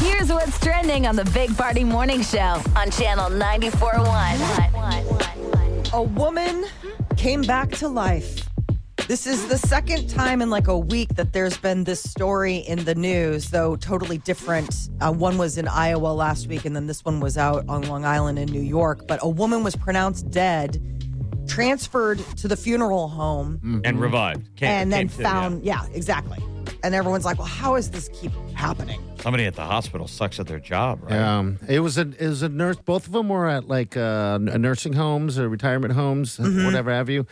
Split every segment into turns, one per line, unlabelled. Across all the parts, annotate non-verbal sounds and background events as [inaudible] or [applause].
Here's what's trending on the Big Party Morning Show on Channel 94.1.
A woman came back to life. This is the second time in like a week that there's been this story in the news, though totally different. Uh, one was in Iowa last week, and then this one was out on Long Island in New York. But a woman was pronounced dead, transferred to the funeral home,
and revived. Mm. Came-
Mm-hmm. and then
came to-
found. yeah, exactly. And everyone's like, "Well, how does this keep happening?"
yeah. somebody at the hospital sucks at their job, right?
Um, it was a it was a nurse. Both of them were at like uh, n- nursing homes or retirement homes, uh,
Mm-hmm.
whatever have you.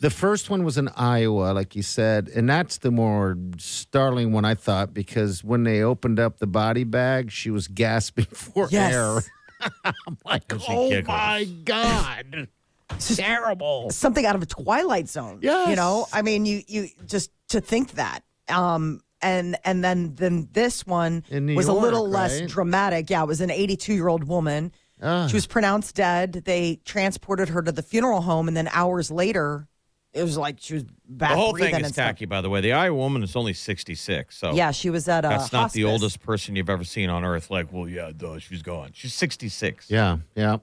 The first one was in Iowa, like you said, and that's the more startling one I thought because when they opened up the body bag, she was gasping [laughs] for
Yes.
air. I'm like,
And she
oh
giggles."
my god, terrible.
something out of a Twilight Zone.
Yes.
you know, I mean, you you just to think that, um, and and then then this one
In New
was a
York,
little less
right? Ah.
dramatic. Yeah, it was an 82 year old woman. She was pronounced dead. They transported her to the funeral home, and then hours later, it was like she was back.
The whole
breathing
thing is
and stuff.
tacky, by the way. The Iowa woman is only 66, so
Yeah, she was at a.
that's not the
hospice.
oldest person you've ever seen on Earth. Like, well, yeah, duh, she's gone. She's 66.
Yeah, yeah.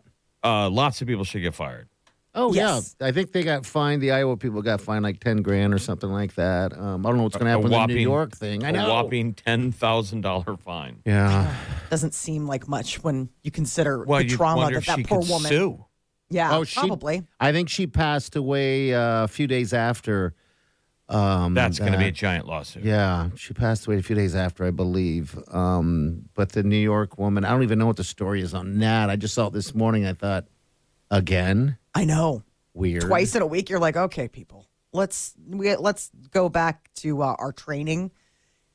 Uh, lots of people should get fired.
Oh
Yes.
yeah, I think they got fined. The Iowa people got fined like ten grand or something like that. Um, I don't know what's going to happen with the New York thing. I know.
A whopping $10,000 fine.
Yeah.
Doesn't seem like much when you consider
Well,
the
you
trauma that
wonder if
that
she
poor
could
woman.
sue.
Yeah,
Oh, she,
probably.
I think she passed away uh, a few days after.
Mm,
Um,
That's going to be a
that.
giant lawsuit.
Yeah, she passed away a few days after, I believe. Um, but the New York woman, I don't even know what the story is on that. I just saw it this morning. I thought, again,
I know.
weird.
twice in a week you're like okay people let's we, let's go back to uh, our training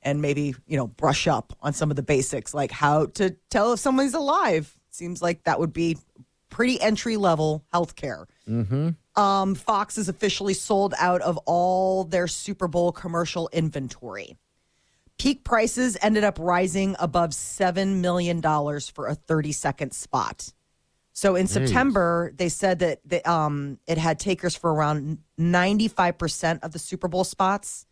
and maybe you know brush up on some of the basics like how to tell if somebody's alive seems like that would be pretty entry level healthcare mm-hmm. um, fox is officially sold out of all their super bowl commercial inventory peak prices ended up rising above $7 million for a 30 second spot so in September, they said that the, um, it had takers for around 95% of the Super Bowl spots.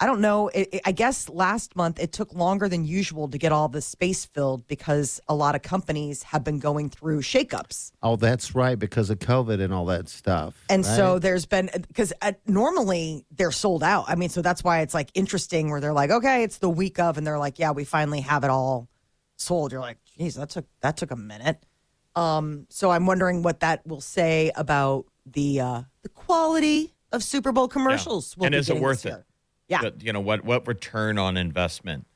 I don't know. It, it- I guess last month it took longer than usual to get all the space filled because a lot of companies have been going through shakeups.
Oh, that's right, because of COVID and all that stuff.
And
right?
so there's been, because uh, normally they're sold out. I mean, so that's why it's like interesting where they're like, okay, it's the week of, and they're like, yeah, we finally have it all sold. You're like, geez, that took, that took a minute. Um, so I'm wondering what that will say about the, uh, the quality of Super Bowl commercials. we'll
And
be
is it
getting
worth
this
it?
year. Yeah.
But, you know, what, what return on investment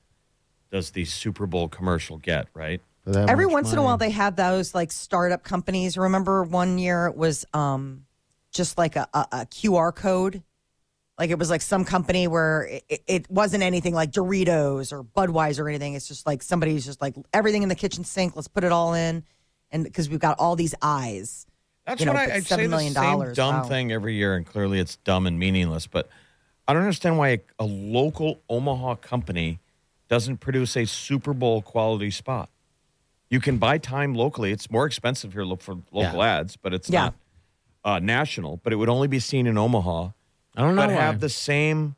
does the Super Bowl commercial get, right?
For that
Every
much
once in a
money.
while, they have those like startup companies. Remember one year it was um, just like a, a, a QR code. Like it was like some company where it- it, it wasn't anything like Doritos or Budweiser or anything. It's just like somebody's just like everything in the kitchen sink. Let's put it all in, and because we've got all these eyes.
That's
you know,
what
but
I, I say
$7 million
the same
dollars,
dumb
wow.
thing every year, and clearly it's dumb and meaningless. But I don't understand why a, a local Omaha company doesn't produce a Super Bowl quality spot. You can buy time locally. It's more expensive here lo- for local
Yeah.
ads, but it's
Yeah.
not uh, national. But it would only be seen in Omaha.
I don't know.
But
why.
have the same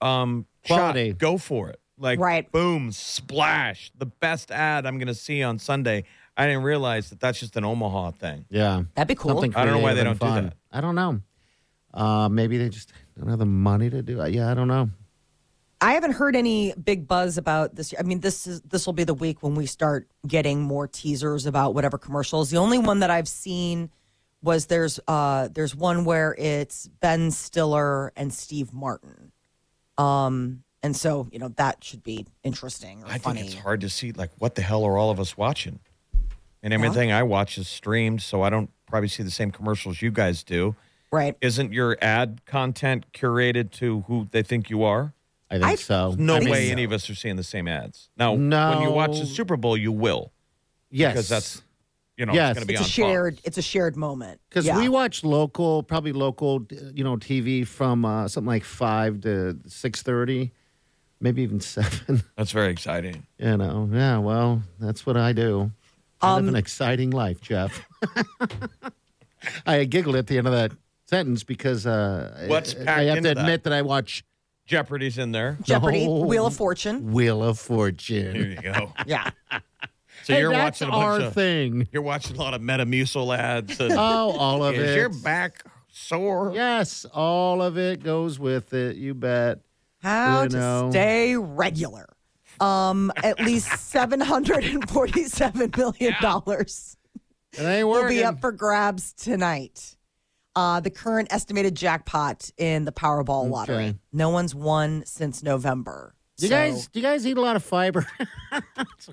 um,
Quality.
Shot. Go for it. Like
Right.
boom, splash, the best ad I'm going to see on Sunday. I didn't realize that that's just an Omaha thing.
Yeah.
That'd be cool.
Something
I don't know why they
creative and
don't do
fun.
that.
I don't know. Uh, maybe they just don't have the money to do it. Yeah, I don't know.
I haven't heard any big buzz about this. I mean, this is this will be the week when we start getting more teasers about whatever commercials. The only one that I've seen was there's uh there's one where it's Ben Stiller and Steve Martin. Um and so, you know, that should be interesting or
I
funny.
think it's hard to see like what the hell are all of us watching? And everything I watch is streamed, so I don't probably see the same commercials you guys do.
Right.
Isn't your ad content curated to who they think you are?
I think
I-
so.
No
I
way
mean,
any of us are seeing the same ads. Now, when you
No.
watch the Super Bowl, you will
Yes.
because that's you know
Yes.
it's going to be
it's
on
a shared
Fox.
it's a shared moment
Because
Yeah.
we watch local, probably local, you know, TV from uh, something like five to six thirty, maybe even seven. [laughs]
That's very exciting.
You know, yeah. Well, that's what I do. I
Um,
live an exciting life, Jeff. [laughs] I giggled at the end of that sentence because uh,
What's
I- I
packed
have
into
to
that?
admit that I watch
Jeopardy's in there.
[laughs] Jeopardy,
No.
Wheel of Fortune.
Wheel of Fortune.
There you go.
Yeah.
[laughs] So
Hey,
you're
that's
watching a
our
bunch of
thing.
you're watching a lot of Metamucil ads.
[laughs]
And,
Oh, all of
is
it.
your back sore?
Yes, all of it goes with it. You bet.
How
You know.
to stay regular. Um, at
[laughs]
least seven hundred and forty-seven million dollars
It ain't
will
working.
be up for grabs tonight. Uh, the current estimated jackpot in the Powerball lottery.
Okay.
No one's won since November.
Do you
So,
guys, do you guys eat a lot of fiber? [laughs]
Not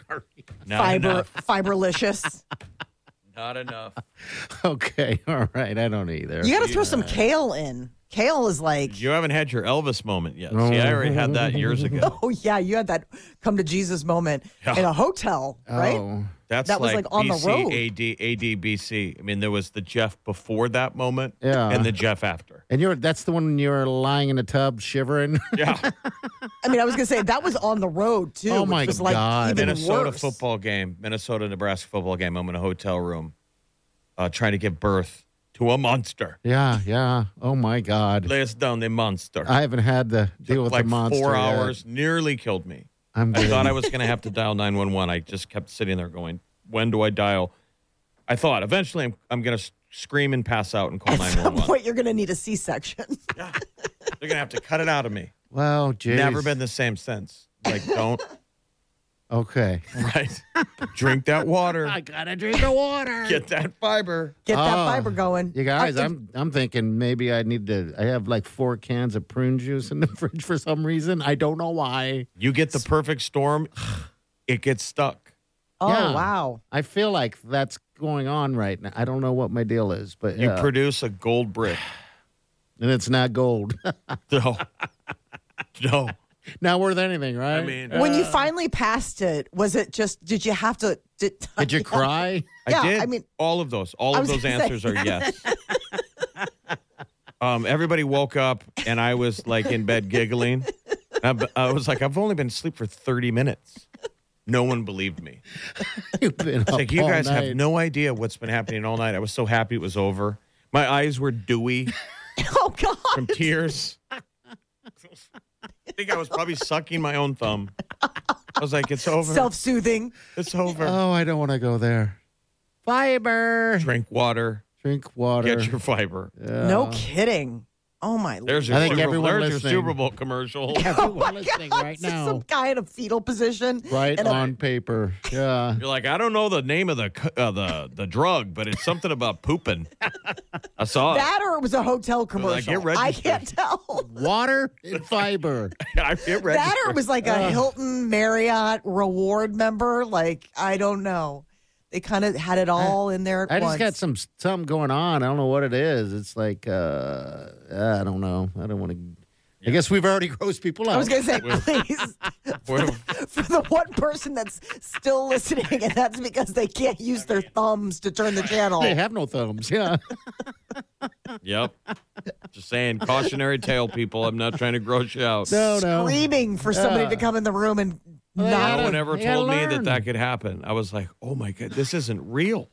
fiber
enough.
[laughs]
fiberlicious.
Not enough.
okay, [laughs] all right. I don't either.
You got to throw some kale in. Kale is like,
You haven't had your Elvis moment yet. See, I already had that
[laughs]
years ago.
oh yeah, you had that come to Jesus moment in a hotel, right?
Oh,
That's
That was, like, on the
BC,
road.
AD, ADBC. I mean, there was the Jeff before that moment
Yeah.
and the Jeff after.
and you're that's the one you're lying in a tub shivering. [laughs]
Yeah.
I mean, I was gonna say that was on the road too.
Oh,
which
my
was, like,
God.
even
Minnesota
worse.
football game, Minnesota Nebraska football game. I'm in a hotel room uh, trying to give birth to a monster.
yeah, yeah. Oh my God.
Lay us down the monster.
I haven't had to deal with
like
the monster.
four
yet.
hours, nearly killed me.
I'm
I
good.
thought I was going to have to dial 911. I just kept sitting there going, when do I dial? I thought eventually I'm, I'm going to scream and pass out and call
At some
911.
point, you're gonna need a C-section. [laughs]
They're going to have to cut it out of me.
Well, geez.
Never been the same since. Like, don't,
Okay.
[laughs] right? Drink that water.
gotta drink
[laughs]
the water.
Get that fiber.
Get that
Ah,
fiber going.
You guys,
I-
I'm I'm thinking maybe I need to. I have like four cans of prune juice in the [laughs] fridge for some reason. I don't know why.
You get the perfect storm, it gets stuck.
Oh
Yeah.
wow.
I feel like that's going on right now. I don't know what my deal is, but
You
yeah.
produce a gold [sighs] brick.
and it's not gold. [laughs]
No. [laughs] No.
not worth anything, right?
I mean, [laughs]
when you finally passed it, was it just? Did you have to? Did, [laughs]
did
[laughs]
you cry? [laughs]
Yeah,
I did.
I mean-
all of those. All
I
of
was
those
gonna
answers
say.
are yes.
[laughs]
um, everybody woke up and I was like in bed giggling. I, I was like, I've only been asleep for 30 minutes. No one believed me.
You've been up
It's like, you
all
guys
night.
have no idea what's been happening all night. I was so happy it was over. My eyes were dewy
Oh god. [laughs]
from tears. I think I was probably sucking my own thumb. I was like, it's over.
Self-soothing.
it's over.
Oh, I don't want to go there. Fiber.
Drink water.
Drink water.
Get your fiber.
No kidding. Oh my.
There's your,
I think
Super,
everyone
there's your
listening-
Super Bowl
[laughs]
commercial. [laughs]
Everyone listening
God, [laughs]
right
it's just Some
now,
guy in a fetal position.
right
and a-
on paper. Yeah.
You're like, I don't know the name of the c- uh, the the drug, but it's something about pooping. I saw it.
that or it was a hotel
like,
commercial.
"Get
I
registered."
can't
[laughs]
tell.
Water and fiber.
[laughs] I it registered.
That or it was like a Hilton Marriott reward member. Like I don't know. They kind of had it all in there at
I just
once.
got some something going on. I don't know what it is. It's like uh, I don't know. I don't want to. I guess we've already grossed people out.
I was gonna
[laughs]
say, please,
We're-
[laughs] for the one person that's still listening, and that's because they can't use their thumbs to turn the channel.
they have no thumbs. Yeah.
yep. Just saying, cautionary tale, people. I'm not trying to gross you out.
No, no.
Screaming for somebody to come in the room and
No
not,
one ever
You gotta
told me that
learn.
that could happen. I was like, oh my god, this isn't real.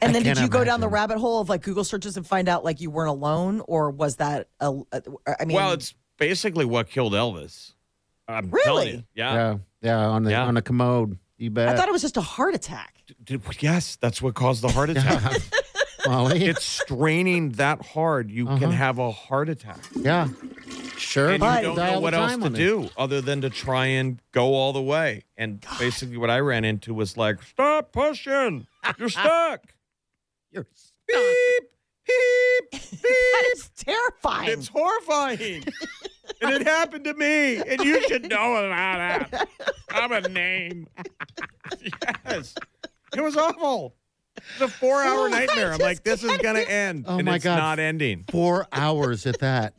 and then
I
did you
can't
go down the
imagine.
rabbit hole of like Google searches and find out like you weren't alone, or was that a? a I mean,
Well, it's basically what killed Elvis. I'm
Really?
telling you. Yeah.
Yeah. Yeah. On the
Yeah.
on a commode. You bet.
I thought it was just a heart attack. [laughs]
D- d- yes, that's what caused the
[laughs]
heart attack.
Molly.
it's straining that hard, you
Uh-huh.
can have a heart attack.
yeah. Sure.
And
But-
you don't
dial
know
the
what else
time
to
on it.
do other than to try and go all the way. And basically, what I ran into was like, stop pushing.
[laughs]
You're stuck.
You're
Beep, beep,
That
beep.
is terrifying.
[laughs]
it's horrifying. and it happened to me. And you should know about that. I'm a
[laughs]
name. Yes. It was awful. It's a four hour nightmare. I'm like, this is going to end.
Oh
and
my
it's
God.
not ending.
four hours at that.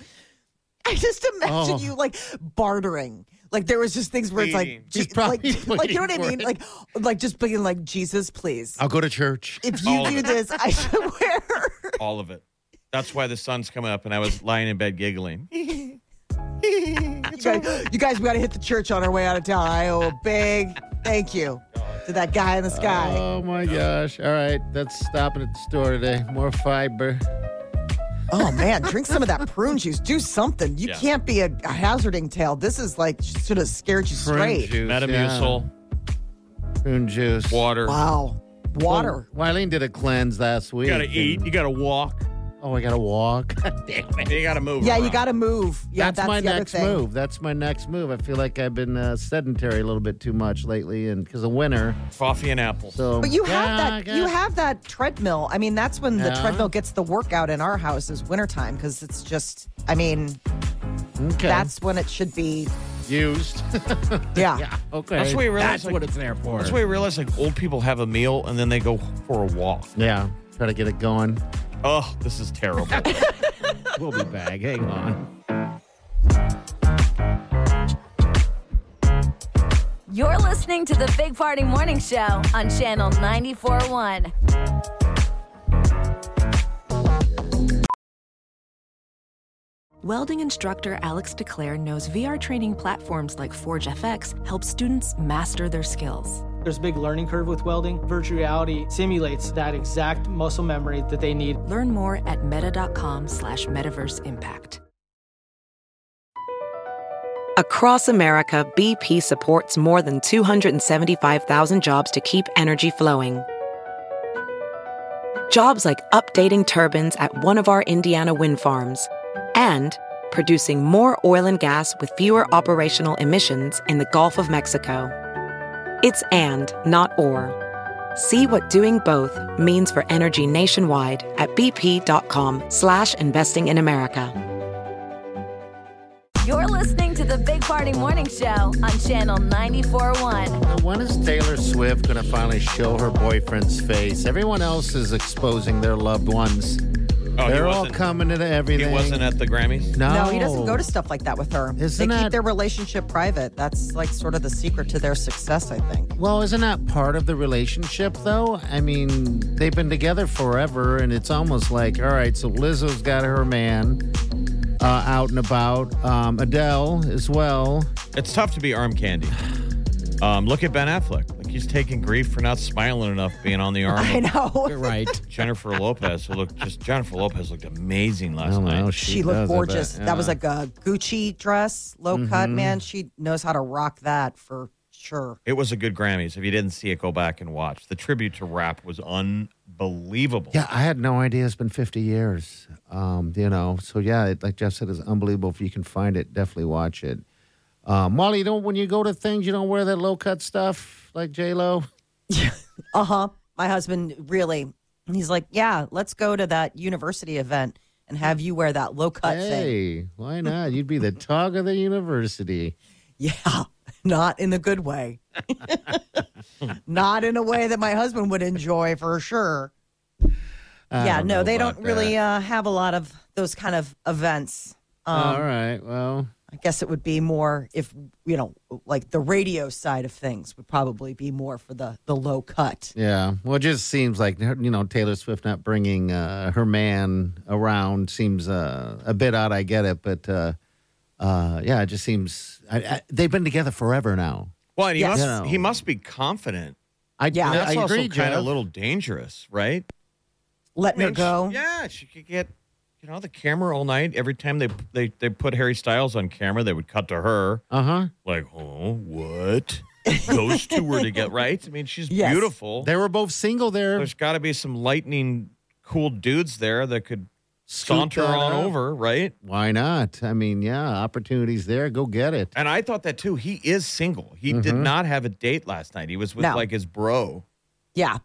I just imagine
Oh.
you like bartering. Like there was just things where it's like,
Pleading.
Je-
She's probably
like,
[laughs]
like you know what I
pleading for
mean?
it.
Like, like just being like, Jesus, please.
I'll go to church.
If
All
you
of
do
it.
this, I [laughs] swear.
all of it. That's why the sun's coming up, and I was lying in bed
[laughs]
giggling.
you, guys, you guys, we got to hit the church on our way out of town. Iowa, big thank you to that guy in the sky.
Oh my gosh. All right, that's stopping at the store today. More fiber.
Oh man, drink some of that prune juice. Do something. You
Yeah.
can't be a, a hazarding tail. This is like should have scared you
Prune
straight.
juice.
Metamucil,
yeah. Prune juice.
water.
Wow, water.
Oh, Wileen did a cleanse last week.
You gotta eat. You gotta walk.
Oh, I
[laughs]
gotta walk. Damn it.
You gotta move.
yeah, you
around.
got to move. Yeah,
that's,
that's,
my
the other
next
thing.
move. That's my next move. I feel like I've been uh, sedentary a little bit too much lately, and because of winter.
coffee and apples.
So,
But you
Yeah, I
have that. You
guess.
have that treadmill. I mean, that's when the
Yeah.
treadmill gets the workout in our house is wintertime because it's just. I mean,
Okay.
that's when it should be.
used.
Yeah.
[laughs] yeah. Okay.
That's what you realize,
That's
like-
what it's there for.
That's why I realize like old people have a meal and then they go for a walk.
yeah. Try to get it going.
Oh, this is
[laughs]
terrible.
We'll be back. Hang on.
You're listening to the Big Party Morning Show on Channel 94.1.
Welding instructor Alex DeClaire knows VR training platforms like Forge FX help students master their skills.
There's a big learning curve with welding. Virtual reality simulates that exact muscle memory that they need.
Learn more at meta.com slash metaverse impact.
Across America, BP supports more than 275,000 jobs to keep energy flowing. Jobs like updating turbines at one of our Indiana wind farms and producing more oil and gas with fewer operational emissions in the Gulf of Mexico. It's and, not or. See what doing both means for energy nationwide at bp.com slash investing in America.
You're listening to the Big Party Morning Show on Channel 94.1.
So When is Taylor Swift going to finally show her boyfriend's face? Everyone else is exposing their loved ones.
Oh, he
They're all
wasn't.
coming into
He
everything.
wasn't at the Grammys.
No,
No.
he doesn't go to stuff like that with her.
Oh. Isn't
they keep
that-
their relationship private. That's like sort of the secret to their success, I think.
[laughs] Well, isn't that part of the relationship, though? I mean, they've been together forever, and it's almost like, all right, so Lizzo's got her man uh, out and about, um, Adele as well.
It's tough to be arm candy. Um, look at Ben Affleck. Like he's taking grief for not smiling enough being on the arm
I
of
know.
right.
Jennifer Lopez. Who looked just Jennifer Lopez looked amazing
I
Oh,
last
don't know.
night.
She,
She,
looked
does it,
gorgeous.
but,
That was
uh,
like a Gucci dress, low cut,
Mm-hmm.
man. She knows how to rock that for sure.
It was a good Grammys. If you didn't see it, go back and watch. The tribute to rap was unbelievable.
Yeah, I had no idea it's been 50 years. Um, you know, so yeah, it, like Jeff said, it's unbelievable. If you can find it, definitely watch it. Um, Molly, you don't when you go to things, you don't wear that low cut stuff like J Lo.
Uh
Uh-huh.
huh. My husband really, he's like, yeah, let's go to that university event and have you wear that low cut thing.
Hey,
[laughs]
why not? You'd be the talk of the university.
Yeah, [laughs] not in a good way. [laughs] not in a way that my husband would enjoy for sure.
I
yeah,
don't
no,
know
they
about
don't really
that.
uh, have a lot of those kind of events. Um,
All right, well,
I guess it would be more if you know, like the radio side of things would probably be more for the the low cut.
yeah. Well, it just seems like you know Taylor Swift not bringing uh, her man around seems uh, a bit odd. I get it, but uh, uh, yeah, it just seems I, I, they've been together forever now.
Well, and he
Yes.
must
You know.
he must be confident.
I
Yeah.
I,
That's
I
also
agree,
kind
Jeff.
of a little dangerous, right?
Letting
I
her
mean,
go.
she- yeah, she could get you know the camera all night. Every time they they they put Harry Styles on camera, they would cut to her
Uh huh.
like, oh, [laughs] what? Those two were to get right. I mean, she's
Yes.
beautiful.
They were both single there.
There's got to be some lightning cool dudes there that could
Scoop
saunter
that
on
up.
over, right?
Why not? I mean, yeah, opportunities there. Go get it.
And I thought that too. He is single. He did not have a date last night. He was with
No.
like his bro,
Yeah.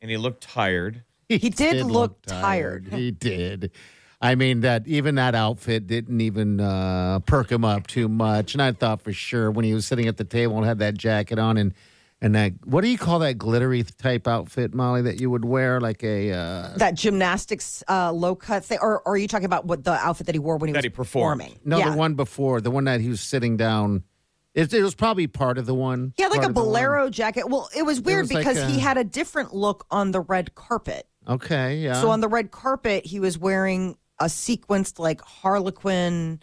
and he looked tired.
He,
did look tired.
He did. I mean that even that outfit didn't even uh, perk him up too much. And I thought for sure when he was sitting at the table and had that jacket on and and that what do you call that glittery type outfit, Molly, that you would wear like a uh,
That gymnastics uh, low cut thing, or, or are you talking about what the outfit that he wore when he
That
was
he performed.
performing?
no
yeah.
the one before the one that he was sitting down. It, it was probably part of the one.
He had like
part
a
of the one.
bolero jacket. Well, it was weird
was like
because he
a-
had a different look on the red carpet.
Okay, yeah.
So on the red carpet, he was wearing a sequenced like harlequin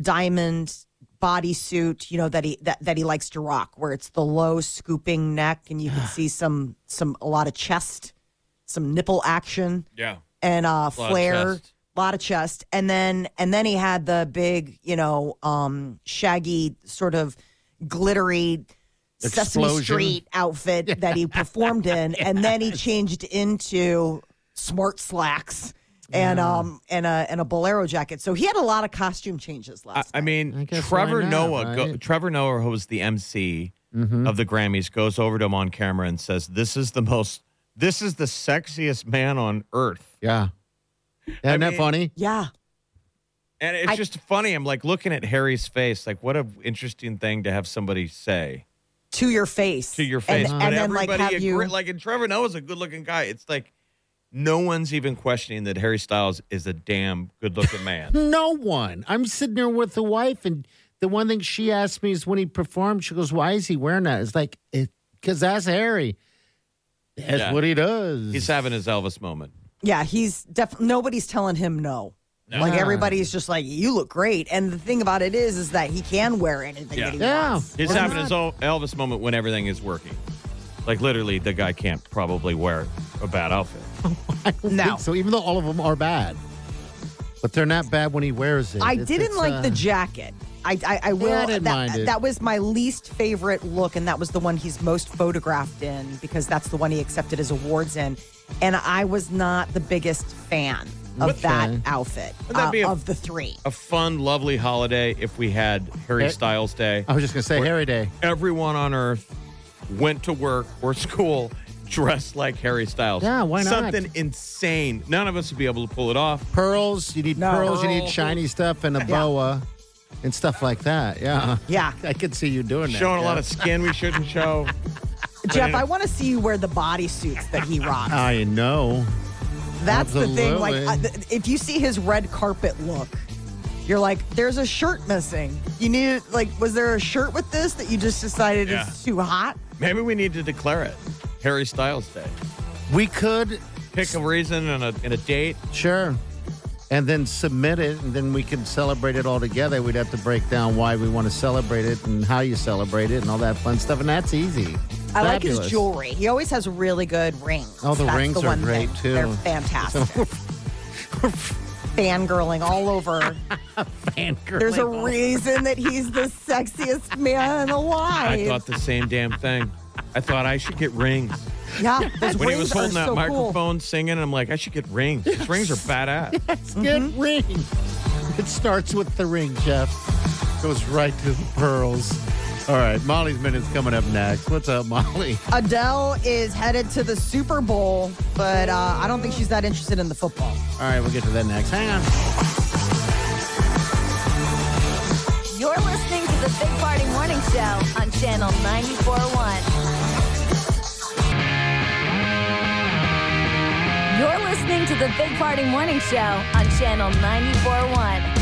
diamond bodysuit, you know, that he that, that he likes to rock, where it's the low scooping neck and you
[sighs]
can see some some a lot of chest, some nipple action
Yeah.
and uh
of
flare.
chest.
lot of chest. And then and then he had the big, you know, um shaggy sort of glittery Sesame
Explosion.
Street outfit that he performed
[laughs]
in, and then he changed into smart slacks and um and a and a bolero jacket. So he had a lot of costume changes
I,
last.
I mean,
I guess
Trevor
why not,
Noah. Go,
right? Mm-hmm.
Trevor Noah, who was the MC of the Grammys, goes over to him on camera and says, "This is the most. This is the sexiest man on earth."
yeah. Isn't that
mean-
funny?
yeah,
And it's just funny. I'm like looking at Harry's face. Like, what a interesting thing to have somebody say
to your face,
to your face.
and,
But
and then like
everybody
have you.
agree- like, and Trevor Noah's a good-looking guy. It's like no one's even questioning that Harry Styles is a damn
[laughs]
good-looking man.
No one. I'm sitting there with the wife, and the one thing she asked me is when he performed, she goes, Why is he wearing that? It's like, because that's Harry. That's
Yeah.
what he does.
He's
[laughs]
having his Elvis moment.
yeah, he's definitely nobody's telling him no. Like
Yeah.
everybody's just like, you look great. And the thing about it is, is that he can wear anything
Yeah.
that he
yeah.
wants.
He's
Why
having
not?
his own Elvis moment when everything is working. Like literally, the guy can't probably wear a bad outfit.
I don't
No.
think So even though all of them are bad, but they're not bad when he wears it.
I
It's-
didn't
it's,
like
uh,
the jacket. I, I, I will.
didn't
that,
mind it.
that was my least favorite look, and that was the one he's most photographed in because that's the one he accepted his awards in. And I was not the biggest fan of that
Okay.
outfit
Would that
uh,
be a-
of the three.
A fun, lovely holiday if we had Harry
Hey.
Styles Day.
I was just gonna say Harry Day.
Everyone on earth went to work or [laughs] school dressed like Harry Styles.
Yeah, why not?
Something insane. None of us would be able to pull it off.
Pearls. You need
No.
pearls. You need
Pearls.
shiny stuff and a boa and stuff like that. Yeah.
Yeah.
I could see you doing that.
Showing a
yeah.
lot of skin we shouldn't
[laughs]
show.
Jeff, I want to see you wear the bodysuits that he rocks.
I know.
That's the thing. Like, uh,
absolutely.
th- if you see his red carpet look, you're like, there's a shirt missing. You needed, like, was there a shirt with this that you just decided
Yeah.
is too hot?
Maybe we need to declare it Harry Styles Day.
We could
Pick a reason and a, and a date.
Sure. And then submit it, and then we can celebrate it all together. We'd have to break down why we want to celebrate it and how you celebrate it and all that fun stuff. And that's easy.
I like his
Fabulous.
jewelry. He always has really good rings.
Oh, the
That's
rings
the
are
one
great,
thing.
too.
They're fantastic.
[laughs]
Fangirling all over.
Fangirling.
There's a reason that he's the sexiest man alive.
I thought the same damn thing. I thought I should get rings.
yeah, those
When he
rings
was
are
holding that
so cool.
microphone singing, I'm like, I should get rings. These rings are
[laughs]
badass.
It's good
Mm-hmm.
ring. It starts with the ring, Jeff. Goes right to the pearls. All right, Molly's minute's coming up next. What's up, Molly?
Adele is headed to the Super Bowl, but uh, I don't think she's that interested in the football.
All right, we'll get to that next. Hang on.
You're listening to the Big Party Morning Show on Channel 94.1. You're listening to the Big Party Morning Show on Channel 94.1.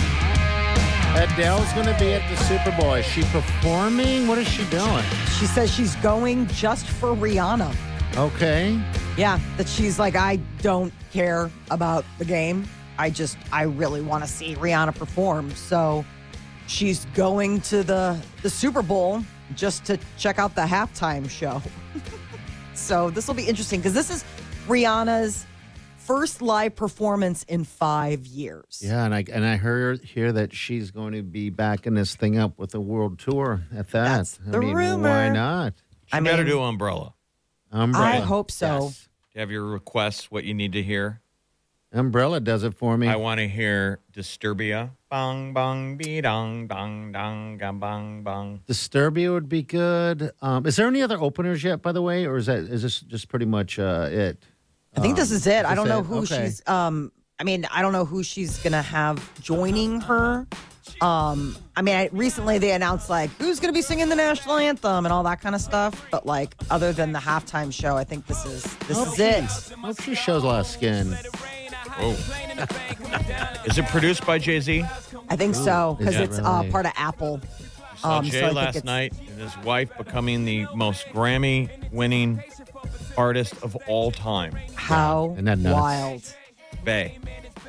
Adele's going to be at the Super Bowl. Is she performing? What is she doing?
She says she's going just for Rihanna.
Okay.
Yeah, that she's like, I don't care about the game. I just, I really want to see Rihanna perform. So she's going to the, the Super Bowl just to check out the halftime show. [laughs] so this will be interesting because this is Rihanna's first live performance in five years.
Yeah, and I and I hear hear that she's going to be backing this thing up with a world tour at that.
That's
I
the
mean, Why
rumor.
not?
I better do Umbrella.
Umbrella.
I hope so.
Yes.
Do you have your requests, what you need to hear?
Umbrella does it for me.
I want to hear Disturbia. Bong, bong, be dong, dong, dong, ga, bong, bong.
Disturbia would be good. Um, is there any other openers yet, by the way, or is that is this just pretty much uh, it?
I think this is it. I
Um, this
don't know
it?
who
Okay.
she's. Um, I mean, I don't know who she's gonna have joining her. Um, I mean, I, recently they announced like who's going to be singing the national anthem and all that kind of stuff. But like, other than the halftime show, I think this is this is it.
Hope she shows a lot of skin.
Is it produced by Jay Z?
I think so because
Yeah.
it's uh,
Really?
part of Apple.
Saw
Um, so
Jay
I think
last
it's-
night and his wife becoming the most Grammy winning artist of all time.
How
Isn't that nuts?
wild!
Bay.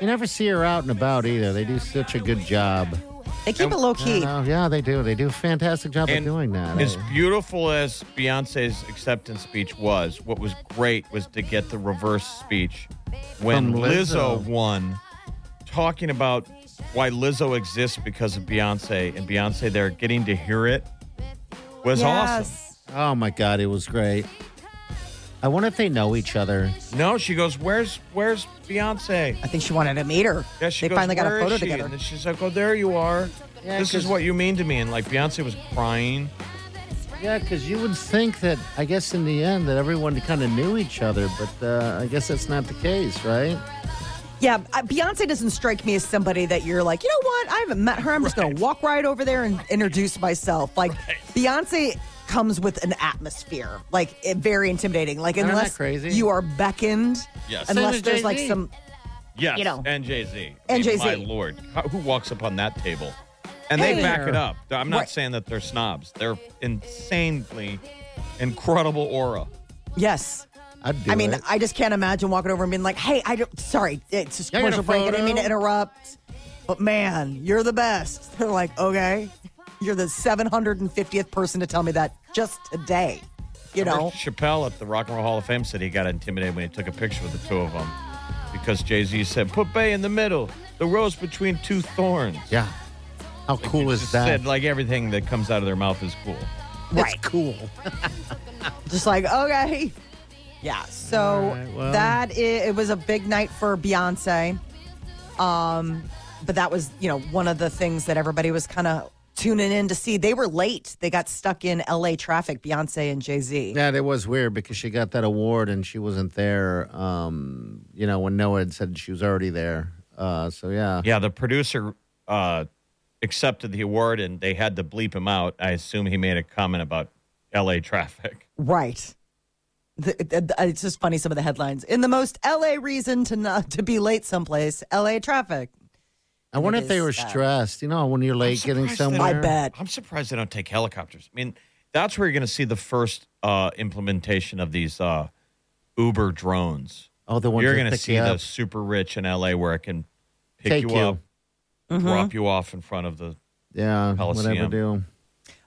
You never see her out and about either. They do such a good job.
They keep it low key.
Oh, yeah, they do. They do a fantastic job of doing that.
As
I-
beautiful as Beyonce's acceptance speech was, what was great was to get the reverse speech when
From
Lizzo.
Lizzo.
won, talking about why Lizzo exists because of Beyonce and Beyonce there getting to hear it was awesome.
Yes.
Oh my god, it was great. I wonder if they know each other.
No, she goes, "Where's where's Beyonce?"
I think she wanted to meet her.
Yeah, she
they
goes,
finally got a
"Where is
photo
she?"
together.
And then she's like, "Oh, there you are.
Yeah,
this is
'cause-
what you mean to me." And like Beyonce was crying.
Yeah, because you would think that I guess in the end that everyone kind of knew each other, but uh, I guess that's not the case, right?
Yeah, uh, Beyonce doesn't strike me as somebody that you're like, you know what? I haven't met her. I'm just going to walk right over there and introduce myself. Like, Beyonce comes with an atmosphere, like it, very intimidating. Like,
Isn't that
unless
crazy?
you are beckoned,
Yes. Same
unless
as
there's like
Jay-Z.
some.
Yes,
You know.
and Jay Z.
And Jay-Z.
My lord, How- who walks up on that table? And they
Hey.
back it up. I'm not
Right.
saying that they're snobs. They're insanely incredible aura.
Yes.
I'd do
I mean,
it.
I just can't imagine walking over and being like, hey, I don't. Sorry, it's just
Can I get a
commercial break. I didn't mean to
photo?
interrupt, but man, you're the best. [laughs] They're like, okay. You're the 750th person to tell me that just today. You know?
Remember Chappelle at the Rock and Roll Hall of Fame said he got intimidated when he took a picture with the two of them because Jay Z said, "Put Bay in the middle, the rose between two thorns."
yeah. How cool is
Just
that?
said like everything that comes out of their mouth is cool.
Right.
cool.
just like okay yeah so
All right, well.
that i it was a big night for beyonce um but that was you know one of the things that everybody was kind of tuning in to see they were late they got stuck in la traffic beyonce and jay-z
Yeah, it was weird because she got that award and she wasn't there. Um, you know, when Noah had said she was already there. Uh, so yeah.
Yeah, the producer uh, accepted the award and they had to bleep him out. I assume he made a comment about L.A. traffic.
right the, the- the- it's just funny some of the headlines in the most la reason to not to be late someplace la traffic
I wonder
It
if they
is
were
that.
stressed. You know, when you're late getting
surprised they
i
somewhere.
bet
I'm surprised they don't take helicopters. I mean, that's where you're going to see the first uh, implementation of these uh, Uber drones.
Oh, the ones
You're
that
going to
pick
see
you
the
up.
super rich in LA where it can pick
Take
you,
you.
up,
Mm-hmm.
drop you off in front of the.
Yeah,
Coliseum.
whatever. Do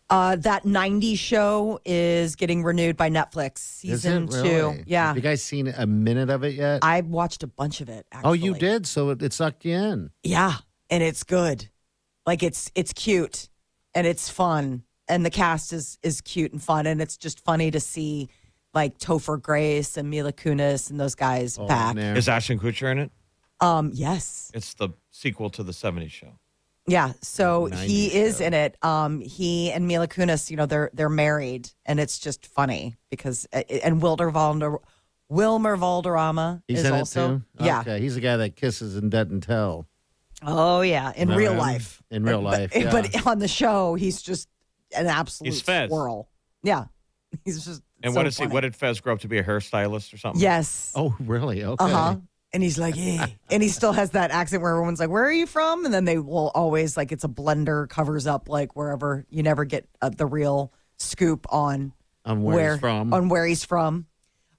uh, that 90 show is getting renewed by netflix
Is
season
it really?
two yeah
Have you guys seen a minute of it yet?
I watched a bunch of it. Actually.
oh, you did. So it, it sucked you in.
Yeah, and it's good. Like it's it's cute and it's fun, and the cast is is cute and fun, and it's just funny to see like Topher Grace and Mila Kunis and those guys
Oh,
back.
Oh, man.
Is Ashton Kutcher in it?
Um, yes,
It's the sequel to the 70s show.
yeah. So
90s
he is in it. Um, he and Mila Kunis, you know, they're they're married, and it's just funny because and Wilder Valder, Wilmer Valderrama
He's
is
in
also
it too.
yeah.
Okay, he's the guy that kisses and doesn't tell.
Oh yeah, in
Remember
real
him?
life.
In real
But-
life,
but,
yeah.
on the show, he's just an absolute
He's Fez.
swirl. Yeah, [laughs] he's just.
And
so
what is
funny.
he? What did Fez grow up to be a hairstylist or something?
Yes.
Oh, really? Okay.
Uh huh. And he's like, yeah. and he still has that accent where everyone's like, "Where are you from?" And then they will always like, it's a blender covers up like wherever you never get uh, the real scoop on
On where, he's from.
on where he's from.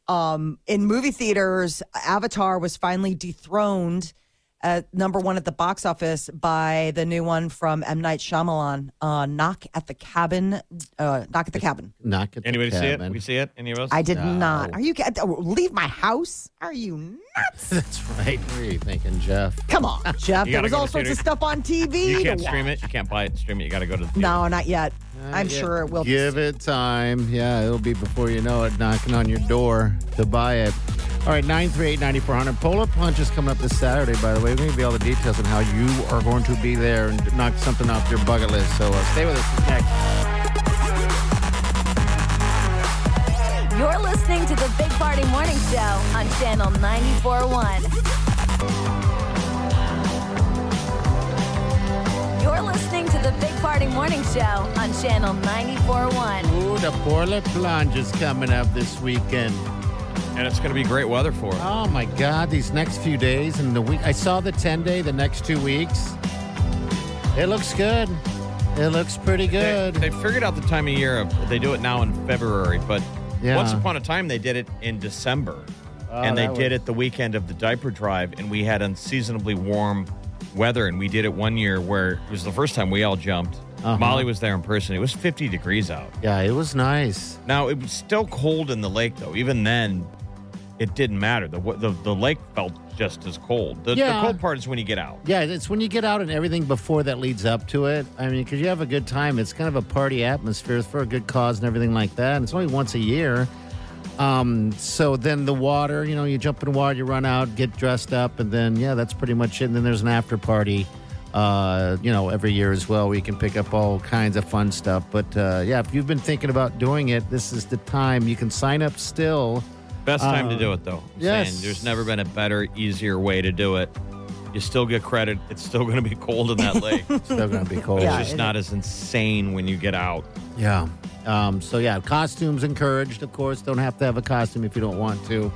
Um, in movie theaters, Avatar was finally dethroned at number one at the box office by the new one from M Night Shyamalan, uh, Knock at the Cabin. Uh, Knock at the Cabin.
Knock at the
Anybody see it?
cabin. [laughs]
We see it? Any of us?
I did
No.
not. Are you ca- oh, leave my house? Are you nuts?
That's right. What are you thinking, Jeff?
Come
[laughs]
on, Jeff. There
You gotta
was
go
all
to
sorts
theater.
of stuff on TV.
You
to
can't
watch.
stream it. You can't buy it. Stream it. You got to go to the. Theater.
No, not yet. I'm
Not yet.
sure it will. be
Give it time. Yeah, it'll be before you know it, knocking on your door to buy it. All right, 938 9400. Polar Punch is coming up this Saturday, by the way. We're going to give you all the details on how you are going to be there and knock something off your bucket list. So uh, stay with us. It's next.
You're listening to the Big Party Morning Show on Channel 941. You're You're listening to the Big Party Morning Show on Channel 941.
Ooh, the boiler plunge is coming up this weekend.
And it's going to be great weather for it.
Oh my God, these next few days and the week. I saw the 10 day, the next two weeks. It looks good. It looks pretty good.
They, they figured out the time of year. of- They do it now in February, but
Yeah.
once upon a time they did it in December,
Oh,
and they
that
did
was-
it the weekend of the diaper drive, and we had unseasonably warm weather, and we did it one year where it was the first time we all jumped.
Uh-huh.
Molly was there in person. It was 50 degrees out.
yeah, it was nice.
Now it was still cold in the lake, though. Even then, it didn't matter. The the, the lake felt just as cold. The,
Yeah.
the cold part is when you get out.
Yeah, it's when you get out and everything before that leads up to it. I mean, because you have a good time. It's kind of a party atmosphere It's for a good cause and everything like that. And it's only once a year. Um, so then the water, you know, you jump in the water, you run out, get dressed up, and then, yeah, that's pretty much it. And then there's an after party, uh, you know, every year as well where you can pick up all kinds of fun stuff. But uh, yeah, if you've been thinking about doing it, this is the time. You can sign up still.
Best time to do it, though. I'm
yes.
saying there's never been a better, easier way to do it. You still get credit. It's still going to be cold in that lake. it's
It's still going to be cold.
Yeah.
just not as insane when you get out.
Yeah. Um, so yeah, costumes encouraged, of course. Don't have to have a costume if you don't want to.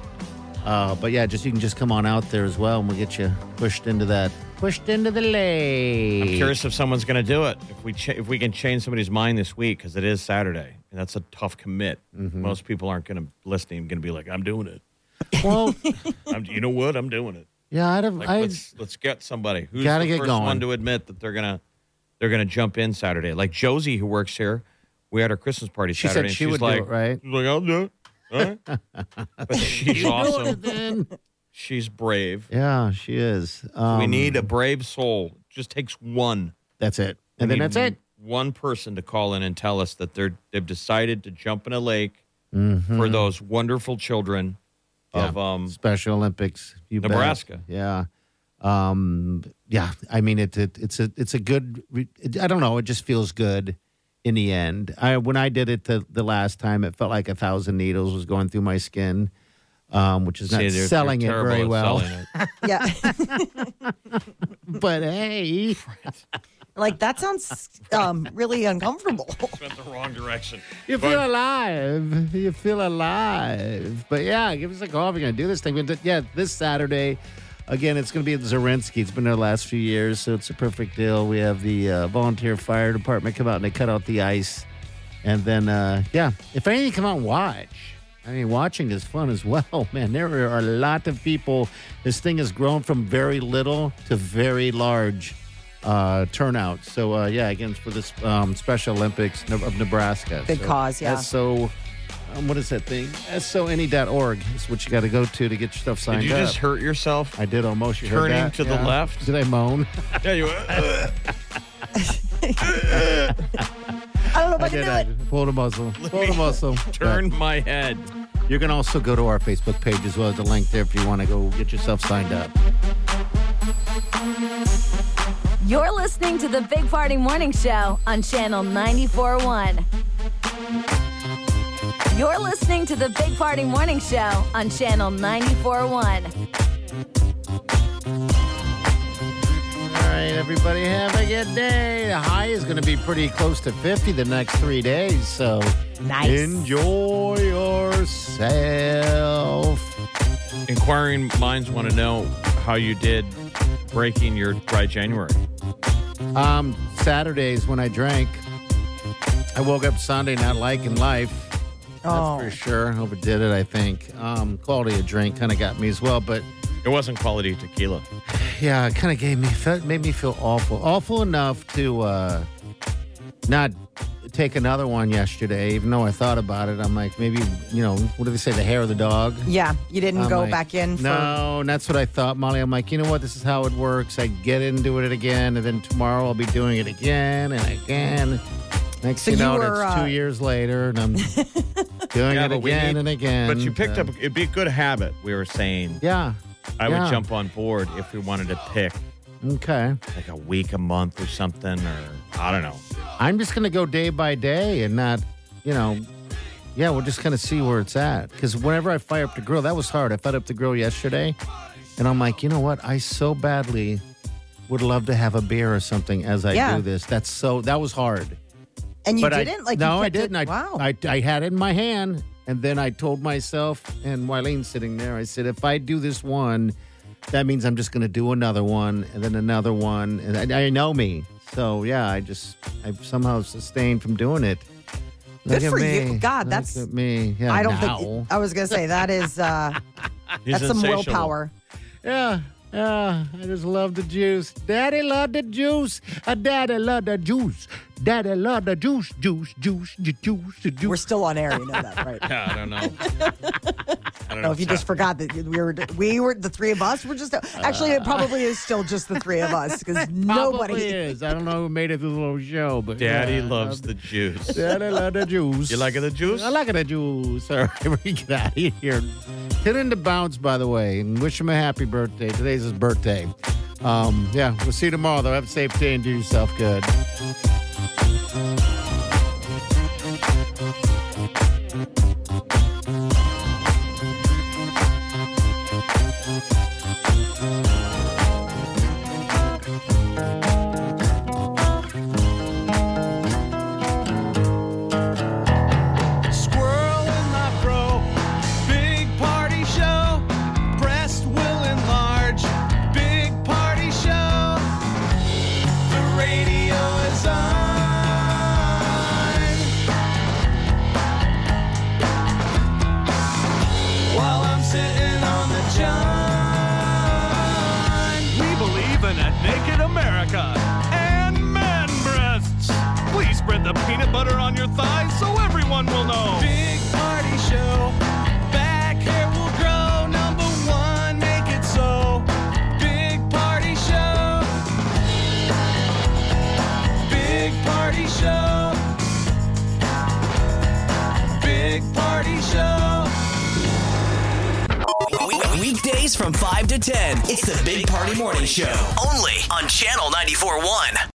Uh, but yeah, just you can just come on out there as well, and we'll get you pushed into that, pushed into the lake.
I'm curious if someone's going to do it. If we ch- if we can change somebody's mind this week because it is Saturday and that's a tough commit. Most people aren't going to listening. Going to be like, I'm doing it.
[laughs] Well,
I'm, you know what? I'm doing it.
yeah, I'd have,
Like,
I
let's let's get somebody who's
Gotta
the
get
first
going.
one to admit that they're gonna they're gonna jump in Saturday. Like Josie, who works here, we had our Christmas party
She
Saturday.
said
and
she
she's
would do
like,
it, right?
She's like, I'll do it. All right.
[laughs]
but she's awesome.
then.
She's brave.
Yeah, she is. Um,
we need a brave soul. It just takes one.
That's it, and then
We
that's
need
it.
One person to call in and tell us that they're they've decided to jump in a lake
Mm-hmm.
for those wonderful children of um
Special Olympics, you bet.
Nebraska.
Yeah, um, yeah. I mean, it, it it's a it's a good. re- It, I don't know. It just feels good in the end. I when I did it the, the last time, it felt like a thousand needles was going through my skin, um, which is
see,
not
they're- they're
selling it
terrible
very
at
well.
selling it.
[laughs]
Yeah. [laughs]
but hey,
like that sounds um, really
[laughs]
uncomfortable.
Went the wrong direction.
you feel alive. You feel alive. But yeah, give us a call if you're going to do this thing. But yeah, this Saturday, again, it's going to be at Zarinsky. It's been there the last few years, so it's a perfect deal. We have the uh, volunteer fire department come out and they cut out the ice. And then, uh, yeah, if anything, come out and watch. I mean, watching is fun as [laughs] well, man. There are a lot of people. This thing has grown from very little to very large uh, turnout. So, uh, yeah, again, it's for this um, Special Olympics ne- of Nebraska.
Big
So
cause, yeah.
That's so, um, what is that thing? SONE.org E is what you got to go to to get your stuff signed
Did you
up.
just hurt yourself?
I did almost. You heard
Turning
that?
to the left?
Did I moan?
Yeah, [laughs] you uh,
I don't know if I,
I
can
did.
do
I
it.
pulled a muscle. Pulled a
[laughs]
muscle.
turned my head.
You can also go to our Facebook page as well as the link there if you want to go get yourself signed up.
You're listening to the Big Party Morning Show on Channel 941. You're listening to the Big Party Morning Show on Channel 941.
All right, everybody, have a good day. The high is going to be pretty close to 50 the next three days, so
Nice.
enjoy yourself.
Inquiring minds want to know how you did breaking your dry January.
Um, Saturdays when I drank, I woke up Sunday not liking life.
Oh.
That's for sure. Overdid it, I think. Um, quality of drink kind of got me as well, but
It wasn't quality tequila.
yeah, it kind of gave me felt, made me feel awful, awful enough to uh, not take another one yesterday. Even though I thought about it, I'm like, maybe you know, what do they say? The hair of the dog.
Yeah, you didn't
I'm
go
like,
back in. For,
No, and that's what I thought, Molly. I'm like, you know what? This is how it works. I get into it again, and then tomorrow I'll be doing it again and again. Next,
So
you know,
you
it's
were, uh,
two years later, and
[laughs]
I'm doing
Yeah,
it
but we
again
need-
and again.
But you picked
Uh,
up, it'd be a good habit, we were saying.
Yeah.
I would
yeah.
jump on board if we wanted to pick
Okay.
like a week, a month, or something, or I don't know.
I'm just going to go day by day and not, you know, yeah, we're just going to see where it's at. Because whenever I fire up the grill, that was hard. I fired up the grill yesterday, and I'm like, you know what? I so badly would love to have a beer or something as I
Yeah.
do this. That's so, that was hard.
And you
but
didn't?
I,
like you
no, I
kept it-
didn't. I,
wow.
I, I had it in my hand, and then I told myself and Wylene's sitting there. I said, if I do this one, that means I'm just going to do another one, and then another one. And I, I know me, so yeah, I just I somehow sustained from doing it.
Good
at
for you.
me.
God,
Look
that's-
at me. Yeah,
I don't
now.
think I was gonna say that is
[laughs]
uh
He's
that's some
insatiable.
willpower.
Yeah. Yeah, I just love the juice. Daddy love the juice. Uh, daddy love the juice. Daddy love the juice, juice, juice, ju- juice, ju- juice.
We're still on air, you know that, right?
[laughs]
Yeah, I don't know. I don't
No, if you just forgot that we were we were the three of us were just actually it probably is still just the three of us because
[laughs] Probably
nobody
is. I don't know who made it this little show, but
Daddy
yeah, um, I [laughs]
loves
love-
the juice.
Daddy loves the juice.
You like the juice?
I like the juice. [laughs] All right, we get out of here. Hit in the bounce, by the way, and wish him a happy birthday. Today's his birthday. Um, yeah, we'll see you tomorrow. Though, have a safe day and do yourself good.
Squirrel in my bro. Big party show. Breast will enlarge. Big party show. The radio is on. While I'm sitting on the john. We believe in a naked America and man breasts. Please spread the peanut butter on your thighs so everyone will know. Big party show. Back hair will grow. Number one, make it so. Big party show. Big party show. Big party show.
Weekdays from 5 to 10. It's the Big Party Morning Show. Only on Channel 94.1.